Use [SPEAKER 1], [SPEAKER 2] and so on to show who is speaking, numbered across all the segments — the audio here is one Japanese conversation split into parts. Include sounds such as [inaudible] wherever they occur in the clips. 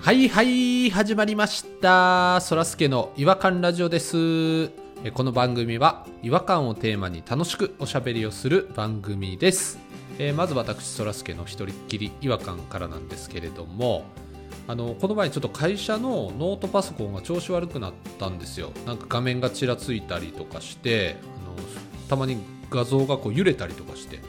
[SPEAKER 1] はいはい始まりましたそらすけの違和感ラジオですえこの番組は違和感をテーマに楽しくおしゃべりをする番組ですえーまず私そらすけの一人っきり違和感からなんですけれどもあのこの前ちょっと会社のノートパソコンが調子悪くなったんですよなんか画面がちらついたりとかしてあのたまに画像がこう揺れたりとかして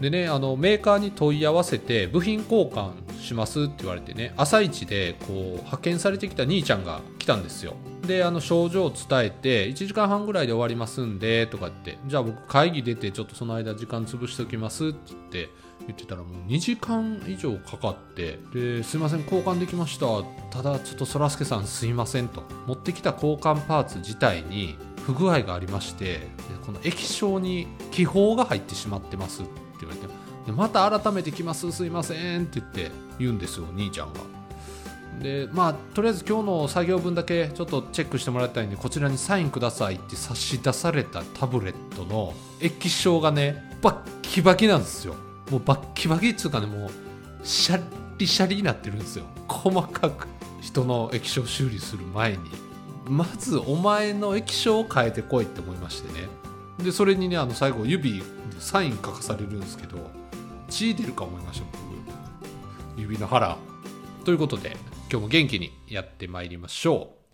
[SPEAKER 1] でねあのメーカーに問い合わせて部品交換しますって言われてね朝一でこう派遣されてきた兄ちゃんが来たんですよであの症状を伝えて1時間半ぐらいで終わりますんでとかってじゃあ僕会議出てちょっとその間時間潰しておきますって言って言ってたらもう2時間以上かかってですいません交換できましたただちょっとそらすけさんすいませんと持ってきた交換パーツ自体に不具合がありましてでこの液晶に気泡が入ってしまってますって言われてでまた改めて来ますすいませんって言って言うんですよ兄ちゃんがでまあとりあえず今日の作業分だけちょっとチェックしてもらいたいんでこちらにサインくださいって差し出されたタブレットの液晶がねバッキバキなんですよもうバッキバキっつうかねもうシャリシャリになってるんですよ細かく人の液晶修理する前にまずお前の液晶を変えてこいって思いましてねでそれにねあの最後指でサイン書かされるんですけど血出るか思いました僕指の腹ということで今日も元気にやってまいりましょう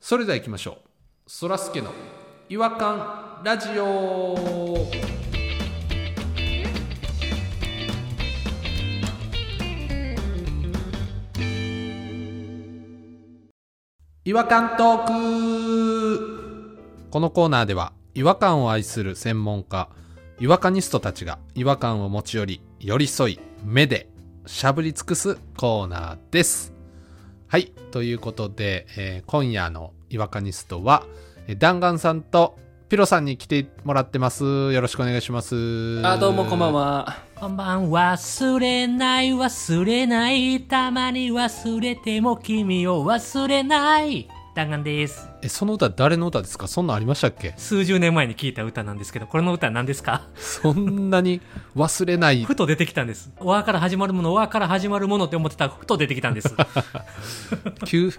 [SPEAKER 1] それでは行きましょうそらすけの違和感ラジオ違和感トークこのコーナーでは違和感を愛する専門家違和感ニストたちが違和感を持ち寄り寄り添い目でしゃぶり尽くすコーナーですはいということで、えー今夜の違和感ニストはえー弾丸さんとピロさんに来てもらってますよろしくお願いします
[SPEAKER 2] あ、どうもこんばんは。
[SPEAKER 3] こんばん忘れない忘れないたまに忘れても君を忘れない弾丸です
[SPEAKER 1] えその歌誰の歌ですかそんなんありましたっけ [laughs]
[SPEAKER 3] 数十年前に聞いた歌なんですけどこれの歌は何ですか
[SPEAKER 1] そんなに忘れない
[SPEAKER 3] ふと出てきたんです「わ」から始まるもの「わ」から始まるものって思ってたらふと出てきたんです
[SPEAKER 1] 急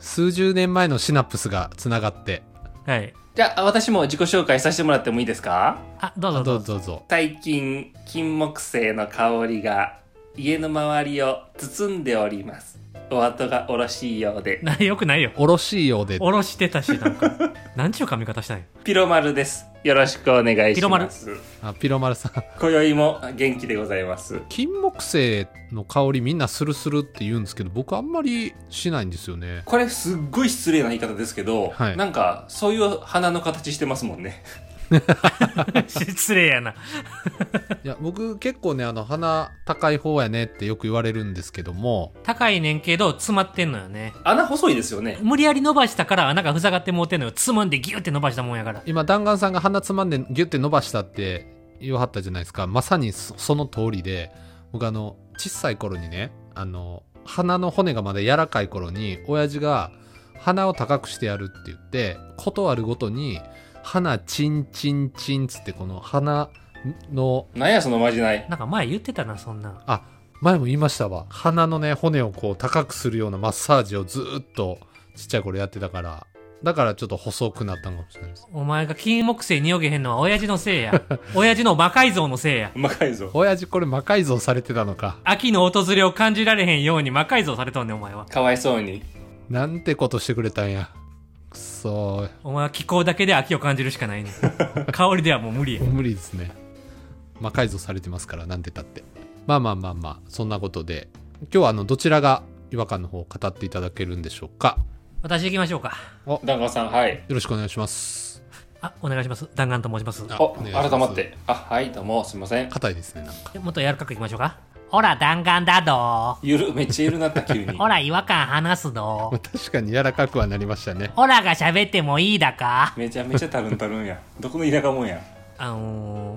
[SPEAKER 1] 数十年前のシナプスがつながって
[SPEAKER 3] はい
[SPEAKER 2] じゃあ、私も自己紹介させてもらってもいいですか
[SPEAKER 3] あどうぞど
[SPEAKER 1] ど
[SPEAKER 3] う
[SPEAKER 1] う
[SPEAKER 3] ぞ
[SPEAKER 1] ぞどうぞ
[SPEAKER 2] 最近、金木犀の香りが家の周りを包んでおります。お後がおろしいようで。
[SPEAKER 3] な [laughs] よくないよ
[SPEAKER 1] おろしいようで
[SPEAKER 3] おろしてたしなんか [laughs] なんちゅう髪型したんよ
[SPEAKER 2] ピロマルです。よろしくお願いします。
[SPEAKER 1] あピロマルさん [laughs]
[SPEAKER 2] 今宵も元気でございます。
[SPEAKER 1] 金木犀の香りみんなスルスルって言うんですけど僕あんまりしないんですよね
[SPEAKER 2] これすっごい失礼な言い方ですけど、
[SPEAKER 1] はい
[SPEAKER 2] なんかそういう花の形してますもんね。
[SPEAKER 3] [laughs] 失礼やない
[SPEAKER 1] や僕結構ねあの鼻高い方やねってよく言われるんですけども
[SPEAKER 3] 高いねんけど詰まってんのよね
[SPEAKER 2] 穴細いですよね。
[SPEAKER 3] 無理やり伸ばしたから穴が塞がってもうてんのよつまんでギュって伸ばしたもんやから
[SPEAKER 1] 今弾丸さんが鼻つまんでギュッて伸ばしたって言わはったじゃないですかまさにそその通りで僕あの小さい頃にねあの鼻の骨がまだ柔らかい頃に親父が鼻を高くしてやるって言ってことあるごとに鼻チンチンチンつってこの鼻の
[SPEAKER 2] なんやそのまじない。
[SPEAKER 3] なんか前言ってたなそんなん
[SPEAKER 1] あ前も言いましたわ鼻のね骨をこう高くするようなマッサージをずーっとちっちゃい頃やってたからだからちょっと細くなったのかもしれないです
[SPEAKER 3] お前が金木犀によげへんのは親父のせ
[SPEAKER 1] [laughs]
[SPEAKER 3] いや親父の魔改造のせいや
[SPEAKER 2] うまかいぞ。
[SPEAKER 1] 親父これ魔改造されてたのか
[SPEAKER 3] 秋の訪れを感じられへんように魔改造されとんねんお前は
[SPEAKER 2] かわいそうに。
[SPEAKER 1] なんてことしてくれたんや。くそー
[SPEAKER 3] お前は気候だけで秋を感じるしかないねん
[SPEAKER 1] [laughs]
[SPEAKER 3] 香りではもう無理や
[SPEAKER 1] 無理ですね。魔改造されてますから、なんてたって。まあまあまあまあ、そんなことで、今日はあの、どちらが違和感の方を語っていただけるんでしょうか。
[SPEAKER 3] 私行きましょうか
[SPEAKER 2] ダンガンさん、はい。
[SPEAKER 1] よろしくお願いします。
[SPEAKER 3] あお願いします弾丸と申します
[SPEAKER 1] あ
[SPEAKER 2] お、
[SPEAKER 1] お願いします
[SPEAKER 2] 改まって。あ、はい、どうも、すいません。
[SPEAKER 1] 硬いですね、なんか。 [laughs]
[SPEAKER 3] もっと柔らかくいきましょうかほら弾丸だど
[SPEAKER 2] ゆる、めっちゃゆるなった、急に。
[SPEAKER 3] ほら違和感話すど
[SPEAKER 1] 確かに柔らかくはなりましたね。
[SPEAKER 3] ほらが喋ってもいいだか
[SPEAKER 2] めちゃめちゃたるんたるんや。どこの田舎もんや。
[SPEAKER 3] あのー、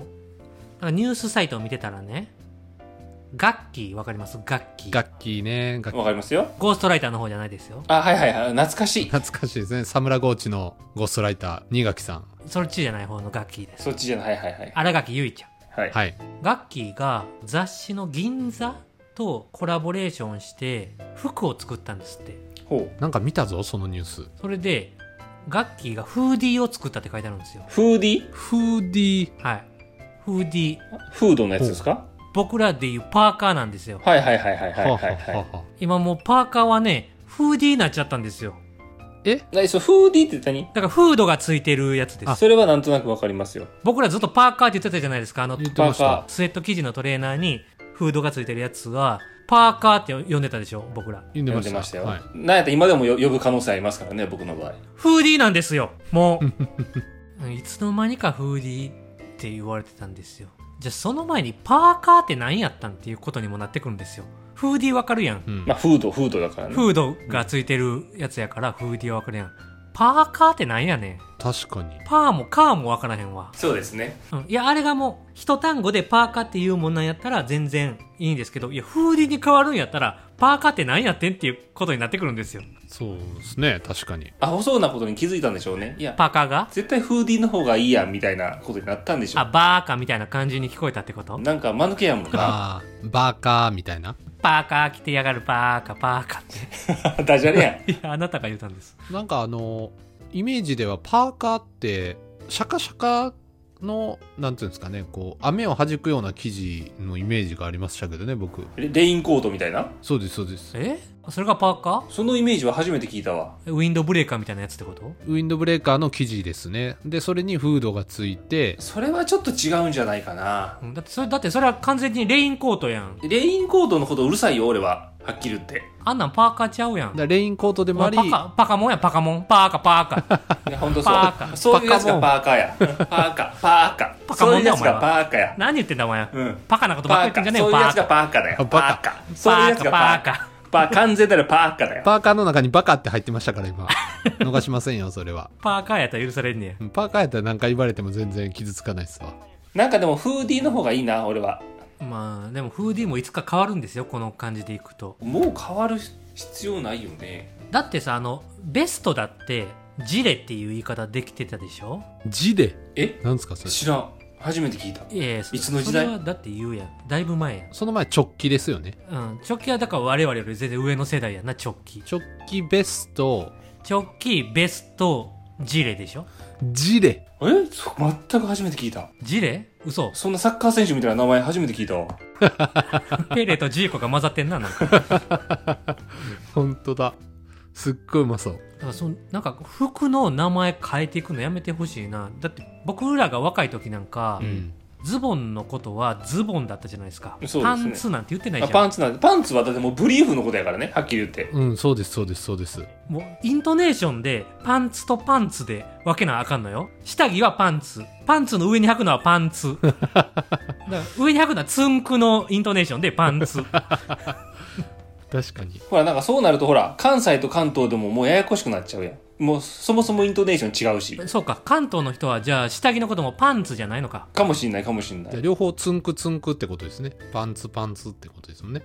[SPEAKER 3] なんかニュースサイトを見てたらね、楽器わかります楽器。
[SPEAKER 1] 楽器ね、楽器。
[SPEAKER 2] わかりますよ。
[SPEAKER 3] ゴーストライターの方じゃないですよ。
[SPEAKER 2] あ、はいはいはい。懐かしい。
[SPEAKER 1] 懐かしいですね。サムラゴーチのゴーストライター、新垣さん。
[SPEAKER 3] そっちじゃない方の楽器です。
[SPEAKER 2] そっちじゃない。はいはいはい。
[SPEAKER 3] 荒垣結衣ちゃ
[SPEAKER 2] はい。
[SPEAKER 1] はい。
[SPEAKER 3] ん。楽器が雑誌の銀座とコラボレーションして服を作ったんですって
[SPEAKER 2] ほう。
[SPEAKER 1] なんか見たぞそのニュース
[SPEAKER 3] それでガッキーがフーディーを作ったって書いてあるんですよ
[SPEAKER 2] フーディ
[SPEAKER 1] フーディー
[SPEAKER 3] はいフーディー
[SPEAKER 2] フードのやつですか
[SPEAKER 3] 僕らでいうパーカーなんですよ
[SPEAKER 2] はいはいはいはいはい
[SPEAKER 1] は
[SPEAKER 2] はい、
[SPEAKER 1] あは
[SPEAKER 2] は
[SPEAKER 1] あはあ
[SPEAKER 3] 今もうパーカーはねフーディーになっちゃったんですよ
[SPEAKER 1] え
[SPEAKER 2] い。なそうフーディって何
[SPEAKER 3] だからフードがついてるやつです
[SPEAKER 2] それはなんとなくわかりますよ。
[SPEAKER 3] 僕らずっとパーカーって言ってたじゃないですかあの
[SPEAKER 1] 言ってました
[SPEAKER 2] パ
[SPEAKER 3] スウェット生地のトレーナーにフードがついてるやつはパーカーって呼んでたでしょ僕ら
[SPEAKER 1] 読んで
[SPEAKER 2] 読
[SPEAKER 1] ま
[SPEAKER 2] ん
[SPEAKER 1] し
[SPEAKER 2] で
[SPEAKER 1] た
[SPEAKER 2] ましたよ。
[SPEAKER 1] はい、
[SPEAKER 2] なんやったら今でもよ呼ぶ可能性ありますからね、僕の場合。
[SPEAKER 3] フーディーなんですよもういつの間にかフーディーって言われてたんですよじゃあその前にパーカーって何やったんっていうことにもなってくるんですよフーディーわかるやん、
[SPEAKER 1] うん
[SPEAKER 2] まあ、フード、フードだからね。
[SPEAKER 3] フードがついてるやつやからフーディーはわかるやんパーカーって何やねん
[SPEAKER 1] 確かに
[SPEAKER 3] パーもカーもわからへんわ
[SPEAKER 2] そうですね。
[SPEAKER 3] うんいや、あれがもう、一単語でパーカーっていうもんなんやったら全然いいんですけど、いや、フーディーに変わるんやったら、パーカーって何やってんっていうことになってくるんですよ。
[SPEAKER 1] そうですね確かに
[SPEAKER 2] アホそうなことに気づいたんでしょうね。いや、
[SPEAKER 3] パーカーが
[SPEAKER 2] 絶対フーディの方がいいやんみたいなことになったんでしょ
[SPEAKER 3] あ、バーカーみたいな感じに聞こえたってこと
[SPEAKER 2] う。なんか間抜けやもんな。
[SPEAKER 1] あーバーカーみたいな
[SPEAKER 3] パーカー着てやがる、パーカー、パーカーっ
[SPEAKER 2] ダジャレやん。
[SPEAKER 3] [laughs] て。いや、あなたが言ったんです。
[SPEAKER 1] なんかあのイメージではパーカーってシャカシャカのなんていうんですかねこう雨を弾くような生地のイメージがありましたけどね僕
[SPEAKER 2] レレインコートみたいな
[SPEAKER 1] そうですそうです
[SPEAKER 3] えそれがパーカ
[SPEAKER 2] そのイメージは初めて聞いたわ。
[SPEAKER 3] ーウィンドブレーカーみたいなやつってこと
[SPEAKER 1] ウィンドブレーカーの生地ですねでそれにフードがついて
[SPEAKER 2] それはちょっと違うんじゃないかな。
[SPEAKER 3] うんだってそれ、だってそれは完全にレインコートやん。
[SPEAKER 2] レインコートのことうるさいよ、俺は。はっきり言って。
[SPEAKER 3] あんなんパーカーちゃうやん。
[SPEAKER 1] だからレインコートでもあ
[SPEAKER 3] パ
[SPEAKER 1] り
[SPEAKER 3] カー、パカモンやん、パカモン。パーカー、パーカ
[SPEAKER 2] [laughs]
[SPEAKER 3] ー。
[SPEAKER 2] いや、ほんとそう
[SPEAKER 3] パーカー。
[SPEAKER 2] そういうやつがパーカーや。パーカー、パーカ
[SPEAKER 3] パ
[SPEAKER 2] ー。
[SPEAKER 3] カ
[SPEAKER 2] そ
[SPEAKER 3] も
[SPEAKER 2] うい
[SPEAKER 3] ん
[SPEAKER 2] う
[SPEAKER 3] だ
[SPEAKER 2] や
[SPEAKER 3] お
[SPEAKER 2] つ
[SPEAKER 3] 前
[SPEAKER 2] が
[SPEAKER 3] は
[SPEAKER 2] パーカーや。
[SPEAKER 3] 何言ってんだお前。
[SPEAKER 2] うん。
[SPEAKER 3] パカなことば
[SPEAKER 2] パ
[SPEAKER 3] っ
[SPEAKER 2] ー
[SPEAKER 3] か
[SPEAKER 2] カ
[SPEAKER 3] り言ってん
[SPEAKER 2] ー。
[SPEAKER 3] じゃね
[SPEAKER 2] そう
[SPEAKER 3] えよ
[SPEAKER 2] い
[SPEAKER 3] パ
[SPEAKER 2] うや
[SPEAKER 3] ー
[SPEAKER 2] つ
[SPEAKER 3] カー
[SPEAKER 2] が。パーカーだよ。
[SPEAKER 1] あバカ
[SPEAKER 2] パーカー。そういうやつがパーカ
[SPEAKER 3] ーカー。
[SPEAKER 2] ー。パー、完全なるパーカーだよ。
[SPEAKER 1] パーカーの中にバカって入ってましたから今逃しませんよそれは
[SPEAKER 3] パーカーやったら許されんねや。
[SPEAKER 1] うんパーカーやったら何か言われても全然傷つかないっすわ
[SPEAKER 2] なんかでも、フーディーの方がいいな、俺は。
[SPEAKER 3] まあ、でもフーディーもいつか変わるんですよ、この感じでいくと。
[SPEAKER 2] もう変わる必要ないよね。
[SPEAKER 3] だってさ、あの、ベストだって、ジレっていう言い方できてたでしょ
[SPEAKER 1] 字で
[SPEAKER 2] え
[SPEAKER 1] なんですかそれ
[SPEAKER 2] 知らん。初めて聞いた。
[SPEAKER 3] いやいや、
[SPEAKER 2] いつの時代
[SPEAKER 3] それはだって言うやん。だいぶ前やん。
[SPEAKER 1] その前直帰ですよね
[SPEAKER 3] うん。直帰はだから我々より全然上の世代やな、直帰。
[SPEAKER 1] 直帰ベスト
[SPEAKER 3] 直帰、ベスト、ジレでしょ
[SPEAKER 1] 字で
[SPEAKER 2] えそ全く初めて聞いた。。
[SPEAKER 3] ジレ嘘
[SPEAKER 2] そんなサッカー選手みたいな名前初めて聞いたわ。
[SPEAKER 3] ペレとジーコが混ざってんな、なんか。だか
[SPEAKER 1] 本当だすっごいうまそう
[SPEAKER 3] らそのなんか服の名前変えていくのやめてほしいな。だって僕らが若い時なんか、
[SPEAKER 1] うん
[SPEAKER 3] ズボンのことはズボンだったじゃないですか。
[SPEAKER 2] そう
[SPEAKER 3] パ
[SPEAKER 2] ですね
[SPEAKER 3] ンツなんて言ってない
[SPEAKER 2] あ
[SPEAKER 3] じゃ
[SPEAKER 2] パ
[SPEAKER 3] ん。
[SPEAKER 2] ンツなんて、パンツはだってもうブリーフのことやからね、はっきり言って。
[SPEAKER 1] うん、そうです、そうです、そうです。
[SPEAKER 3] もう、イントネーションで、パンツとパンツで分けなあかんのよ。下着はパンツ。パンツの上に履くのはパンツ。だから上に履くのはツンクのイントネーションでパンツ。
[SPEAKER 1] 確かに。
[SPEAKER 2] ほら、なんかそうなるとほら、関西と関東でももうややこしくなっちゃうやん。もうそもそもイントネーション違うし。
[SPEAKER 3] そうか、関東の人はじゃあ下着のこともパンツじゃないのか。
[SPEAKER 2] かもしんないかもしんな
[SPEAKER 1] じゃあ
[SPEAKER 2] い。
[SPEAKER 1] 両方ツンクツンクってことですね。パンツパンツってことですもんね。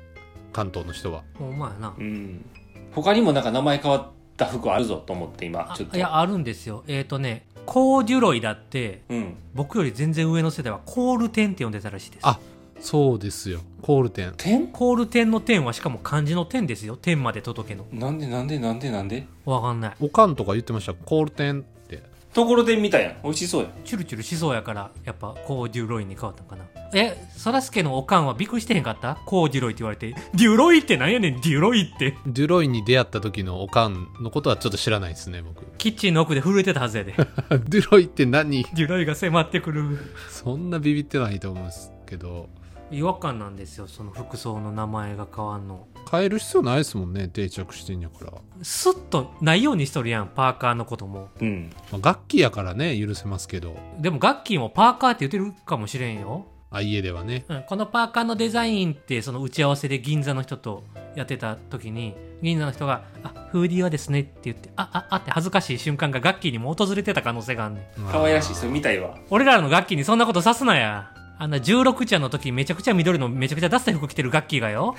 [SPEAKER 1] 関東の人は。
[SPEAKER 3] お前やな
[SPEAKER 2] う。ん。他にもなんか名前変わった服あるぞと思って今、
[SPEAKER 3] あ
[SPEAKER 2] ちょっと。
[SPEAKER 3] いや、あるんですよ。えっ、ー、とね、コーデュロイだって、
[SPEAKER 2] うん。
[SPEAKER 3] 僕より全然上の世代はコールテンって呼んでたらしいです。
[SPEAKER 1] あそうですよ。コールテン。
[SPEAKER 2] 点
[SPEAKER 3] コールテンのテンはしかも漢字のテンですよ。天まで届けの。
[SPEAKER 2] なんでなんでなんでなんで
[SPEAKER 3] わかんない。
[SPEAKER 1] おかんとか言ってました。コールテンって。
[SPEAKER 2] ところてんみたいやん。美味しそうやん。
[SPEAKER 3] チュルチュルしそうやからやっぱコーデュロイに変わったんかなえそらすけのおかんはびっくりしてへんかったコーデュロイって言われてデュロイってなんやねんデュロイって
[SPEAKER 1] デュロイに出会った時のおかんのことはちょっと知らないですね、僕。
[SPEAKER 3] キッチンの奥で震えてたはずやで
[SPEAKER 1] [laughs] デュロイって何
[SPEAKER 3] デュロイが迫ってくる
[SPEAKER 1] そんなビビってないと思うんですけど。
[SPEAKER 3] 違和感なんですよその服装の名前が変わんの
[SPEAKER 1] 変える必要ないですもんね、定着してんやから。
[SPEAKER 3] スッとないようにしとるやんパーカーのことも
[SPEAKER 2] うん。
[SPEAKER 1] まあ、楽器やからね、許せますけど。
[SPEAKER 3] でもガッキーもパーカーって言ってるかもしれんよ
[SPEAKER 1] あ、家ではね。
[SPEAKER 3] うんこのパーカーのデザインってその打ち合わせで銀座の人とやってた時に銀座の人が「あフーディーはですね」って言って「あああ」って恥ずかしい瞬間がガッキーにも訪れてた可能性があんねん
[SPEAKER 2] 可愛らしい。それ見たいわ。
[SPEAKER 3] 俺らのガッキーにそんなことさすなやあんな16ちゃんの時めちゃくちゃ緑のめちゃくちゃダサい服着てるガッキーがよ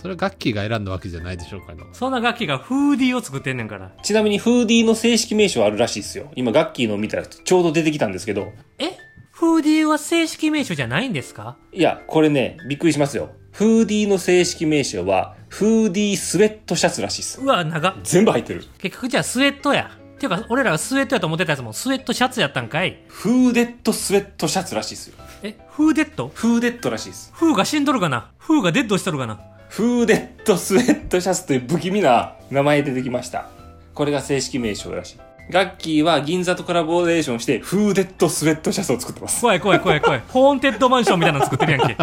[SPEAKER 1] それは楽器が選んだわけじゃないでしょうかの。
[SPEAKER 3] そんなガッキーがフーディーを作ってんねんから
[SPEAKER 2] ちなみにフーディーの正式名称あるらしいですよ。今、ガッキーの見たらちょうど出てきたんですけど、
[SPEAKER 3] えフーディーは正式名称じゃないんですか
[SPEAKER 2] いや、これね、びっくりしますよ。フーディーの正式名称は、フーディースウェットシャツらしいです。
[SPEAKER 3] うわ、長っ。
[SPEAKER 2] 全部入ってる。
[SPEAKER 3] 結局じゃあスウェットや。っていうか、俺らがスウェットやと思ってたやつもスウェットシャツやったんかい。
[SPEAKER 2] フーデッドスウェットシャツらしいですよ。
[SPEAKER 3] え、フーデッド
[SPEAKER 2] フーデッドらしいです。
[SPEAKER 3] フーが死んどるかなフーがデッドしとるかな
[SPEAKER 2] フーデッドスウェットシャツという不気味な名前出てきました。これが正式名称らしい。ガッキーは銀座とコラボレーションして、フーデッドスウェットシャツを作ってます。
[SPEAKER 3] 怖い怖い怖い怖い。ホーンテッドマンションみたいなの作ってるやんけ。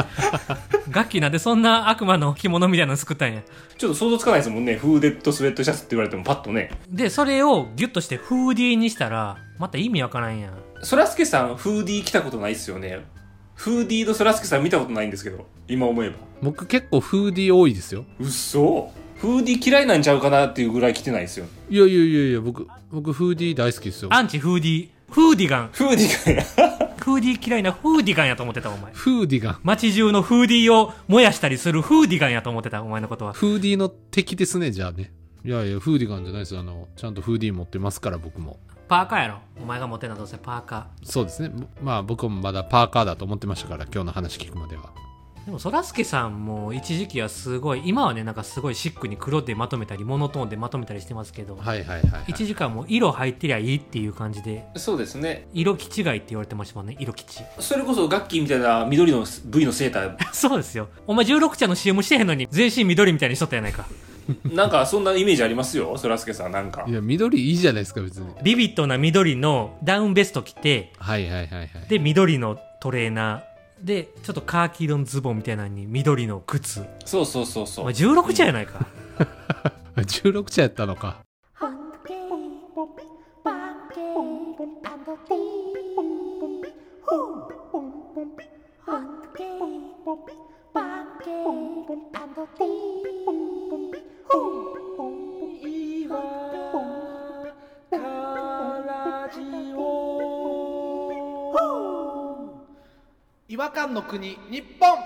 [SPEAKER 3] ガッキーなんでそんな悪魔の着物みたいなの作ったんや。
[SPEAKER 2] ちょっと想像つかないですもんね。フーデッドスウェットシャツって言われてもパッとね。
[SPEAKER 3] で、それをギュッとしてフーディーにしたら、また意味わからんやん。
[SPEAKER 2] そらすけさん、フーディー来たことないっすよね。フーディーとそらすけさん見たことないんですけど、今思えば。
[SPEAKER 1] 僕結構フーディー多いですよ
[SPEAKER 2] うっそフーディー嫌いなんちゃうかなっていうぐらい来てないですよ。
[SPEAKER 1] いやいやいやいや僕僕フーディー大好きですよ
[SPEAKER 3] アンチフーディー。フーディガン。
[SPEAKER 2] フーディーがいな。
[SPEAKER 3] フーディー嫌いなフーディガンやと思ってた、お前。
[SPEAKER 1] フーディガン
[SPEAKER 3] 街中のフーディーを燃やしたりするフーディガンやと思ってた、お前のことは。
[SPEAKER 1] フーディーの敵ですねじゃあねいやいやフーディガンじゃないですあのちゃんとフーディー持ってますから僕も
[SPEAKER 3] パーカーやろ。お前が持ってんのはどうせパーカ
[SPEAKER 1] そうですねまあ僕もまだパーカーだと思ってましたから今日の話聞くまでは
[SPEAKER 3] ー。でも、そらすけさんも一時期はすごい、今はね、なんかすごいシックに黒でまとめたり、モノトーンでまとめたりしてますけど、
[SPEAKER 1] はいはいはい、はい、
[SPEAKER 3] 一時間もう色入ってりゃいいっていう感じで、
[SPEAKER 2] [laughs] そうですね。
[SPEAKER 3] 色気違いって言われてましたもんね、
[SPEAKER 1] [laughs]
[SPEAKER 3] 色気違い。
[SPEAKER 2] それこそガッキーみたいな緑の V のセーター、
[SPEAKER 3] そうですよ。お前16茶の CM してへんのに、全身緑みたいにしとったやないか。
[SPEAKER 2] なんかそんなイメージありますよ、そらすけさんなんか
[SPEAKER 1] い。や緑いいじゃないですか別に
[SPEAKER 3] ビビッドな緑のダウンベスト着て、
[SPEAKER 1] はいはいはいはい
[SPEAKER 3] で、緑のトレーナー。で、ちょっとカーキ色のズボンみたいなのに緑の靴。
[SPEAKER 2] そうそうそうそ
[SPEAKER 3] お
[SPEAKER 2] う
[SPEAKER 3] 前。16茶やな
[SPEAKER 1] [laughs]
[SPEAKER 3] いか。
[SPEAKER 1] 16茶やったのか
[SPEAKER 4] Hunky,
[SPEAKER 5] 違和感の国日本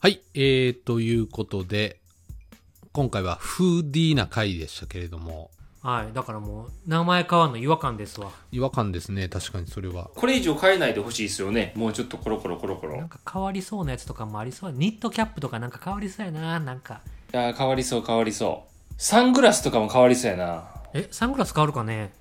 [SPEAKER 1] はいえー、ということで今回はフーディーな回でしたけれども
[SPEAKER 3] はい。だからもう、名前変わんの違和感ですわ。
[SPEAKER 1] 違和感ですね確かにそれは
[SPEAKER 2] これ以上変えないでほしいですよね。もうちょっとコロコロコロコロ。い
[SPEAKER 3] なんか変わりそうなやつとかもありそう。ニットキャップとかなんか変わりそうやな。なんか。
[SPEAKER 2] やー変わりそう変わりそう。サングラスとかも変わりそうやな。
[SPEAKER 3] え、サングラス変わるかね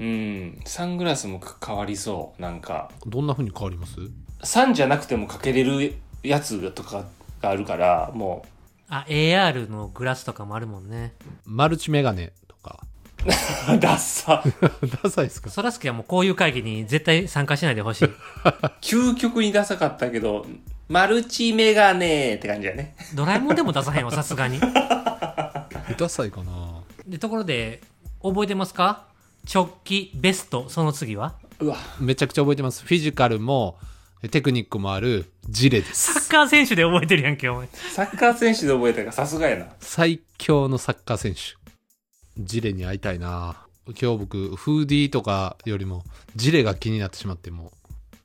[SPEAKER 2] うん。サングラスも変わりそう。なんか。
[SPEAKER 1] どんな風に変わります
[SPEAKER 2] サンじゃなくてもかけれるやつとかがあるから、も
[SPEAKER 3] あ、AR のグラスとかもあるもんね。
[SPEAKER 1] マルチメガネとか [laughs]
[SPEAKER 2] う。ダッサ。
[SPEAKER 1] ダサいですか
[SPEAKER 3] そらすけはもうこういう会議に絶対参加しないでほしい。
[SPEAKER 2] 究極にダサかったけど、マルチメガネって感じだね。
[SPEAKER 3] ドラえもんでも出さへんわ、さすがに。
[SPEAKER 1] ダサいかな
[SPEAKER 3] で、ところで、覚えてますか直帰、ベスト、その次は
[SPEAKER 2] うわ。
[SPEAKER 1] めちゃくちゃ覚えてますフィジカルもテクニックもあるジレです [laughs]
[SPEAKER 3] サッカー選手で覚えてるやんけ、お前。
[SPEAKER 2] サッカー選手で覚えたからさすがやな。
[SPEAKER 1] 最強のサッカー選手ジレに会いたいな今日僕フーディーとかよりもジレが気になってしまってもう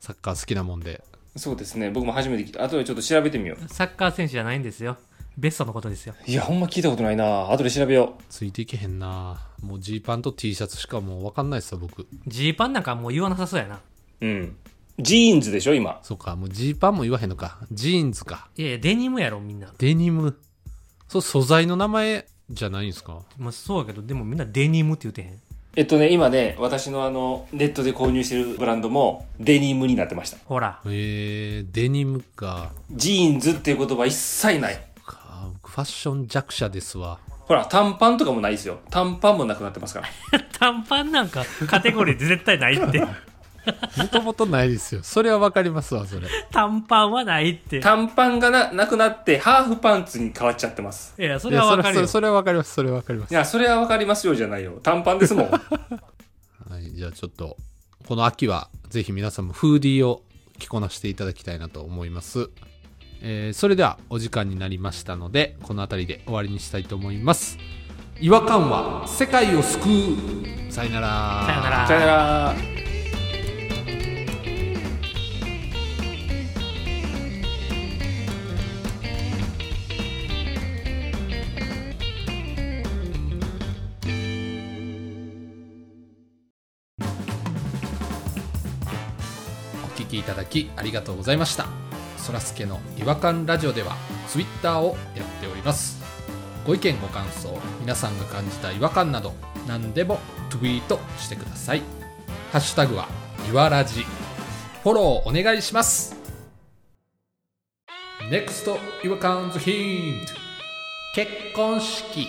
[SPEAKER 1] サッカー好きなもんで
[SPEAKER 2] そうですね。僕も初めて聞いた。後でちょっと調べてみよう。
[SPEAKER 3] サッカー選手じゃないんですよ。ベストのことですよ。
[SPEAKER 2] いや、ほんま聞いたことないな。後で調べよ
[SPEAKER 1] ついていけへんなもうジーパンと T シャツしかもう分かんないっすわ僕
[SPEAKER 3] ジーパンなんかもう言わなさそうやな。
[SPEAKER 2] う。うん。ジーンズでしょ、今。
[SPEAKER 1] そうかもうジーパンも言わへんのかジーンズか
[SPEAKER 3] いやいや、デニムやろ、みんな。
[SPEAKER 1] デニムそう素材の名前じゃないんすか
[SPEAKER 3] まあ、そうやけど、でもみんなデニムって言うてへん。
[SPEAKER 2] えっとね、今ね、私のあの、ネットで購入してるブランドも、デニムになってました。
[SPEAKER 3] ほら。
[SPEAKER 1] えー、デニムか
[SPEAKER 2] ジーンズっていう言葉一切ない。
[SPEAKER 1] か僕ファッション弱者ですわ
[SPEAKER 2] ほら、短パンとかもないですよ。短パンもなくなってますから。
[SPEAKER 3] 短パンなんかカテゴリーで絶対ないって。
[SPEAKER 1] もともとないですよ [laughs] それは分かりますわそれ
[SPEAKER 3] 短パンはないって。い
[SPEAKER 2] 短パンがな、なくなって、ハーフパンツに変わっちゃってます。
[SPEAKER 3] や、そ
[SPEAKER 1] い
[SPEAKER 3] れ
[SPEAKER 1] や
[SPEAKER 3] は
[SPEAKER 1] そ
[SPEAKER 3] わ
[SPEAKER 1] れ
[SPEAKER 3] か
[SPEAKER 1] は
[SPEAKER 3] る
[SPEAKER 1] それ
[SPEAKER 3] よ。
[SPEAKER 1] それは分かりますそれは分かります
[SPEAKER 2] いや、それはわかりますよじゃないよ。短パンですもん。
[SPEAKER 1] はい、じゃあちょっと、この秋は、ぜひ皆さんもフーディーを着こなしていただきたいなと思います。えーそれでは、お時間になりましたので、この辺りで終わりにしたいと思います。違和感は世界を救うさよなら。
[SPEAKER 3] さよなら
[SPEAKER 2] さよなら。
[SPEAKER 1] お聞きいただきありがとうございました。そらすけの違和感ラジオではツイッターをやっておりますご意見ご感想皆さんが感じた違和感など何でもツイートしてくださいハッシュタグはいわらじフォローお願いします NEXT 違和感ズヒント結婚式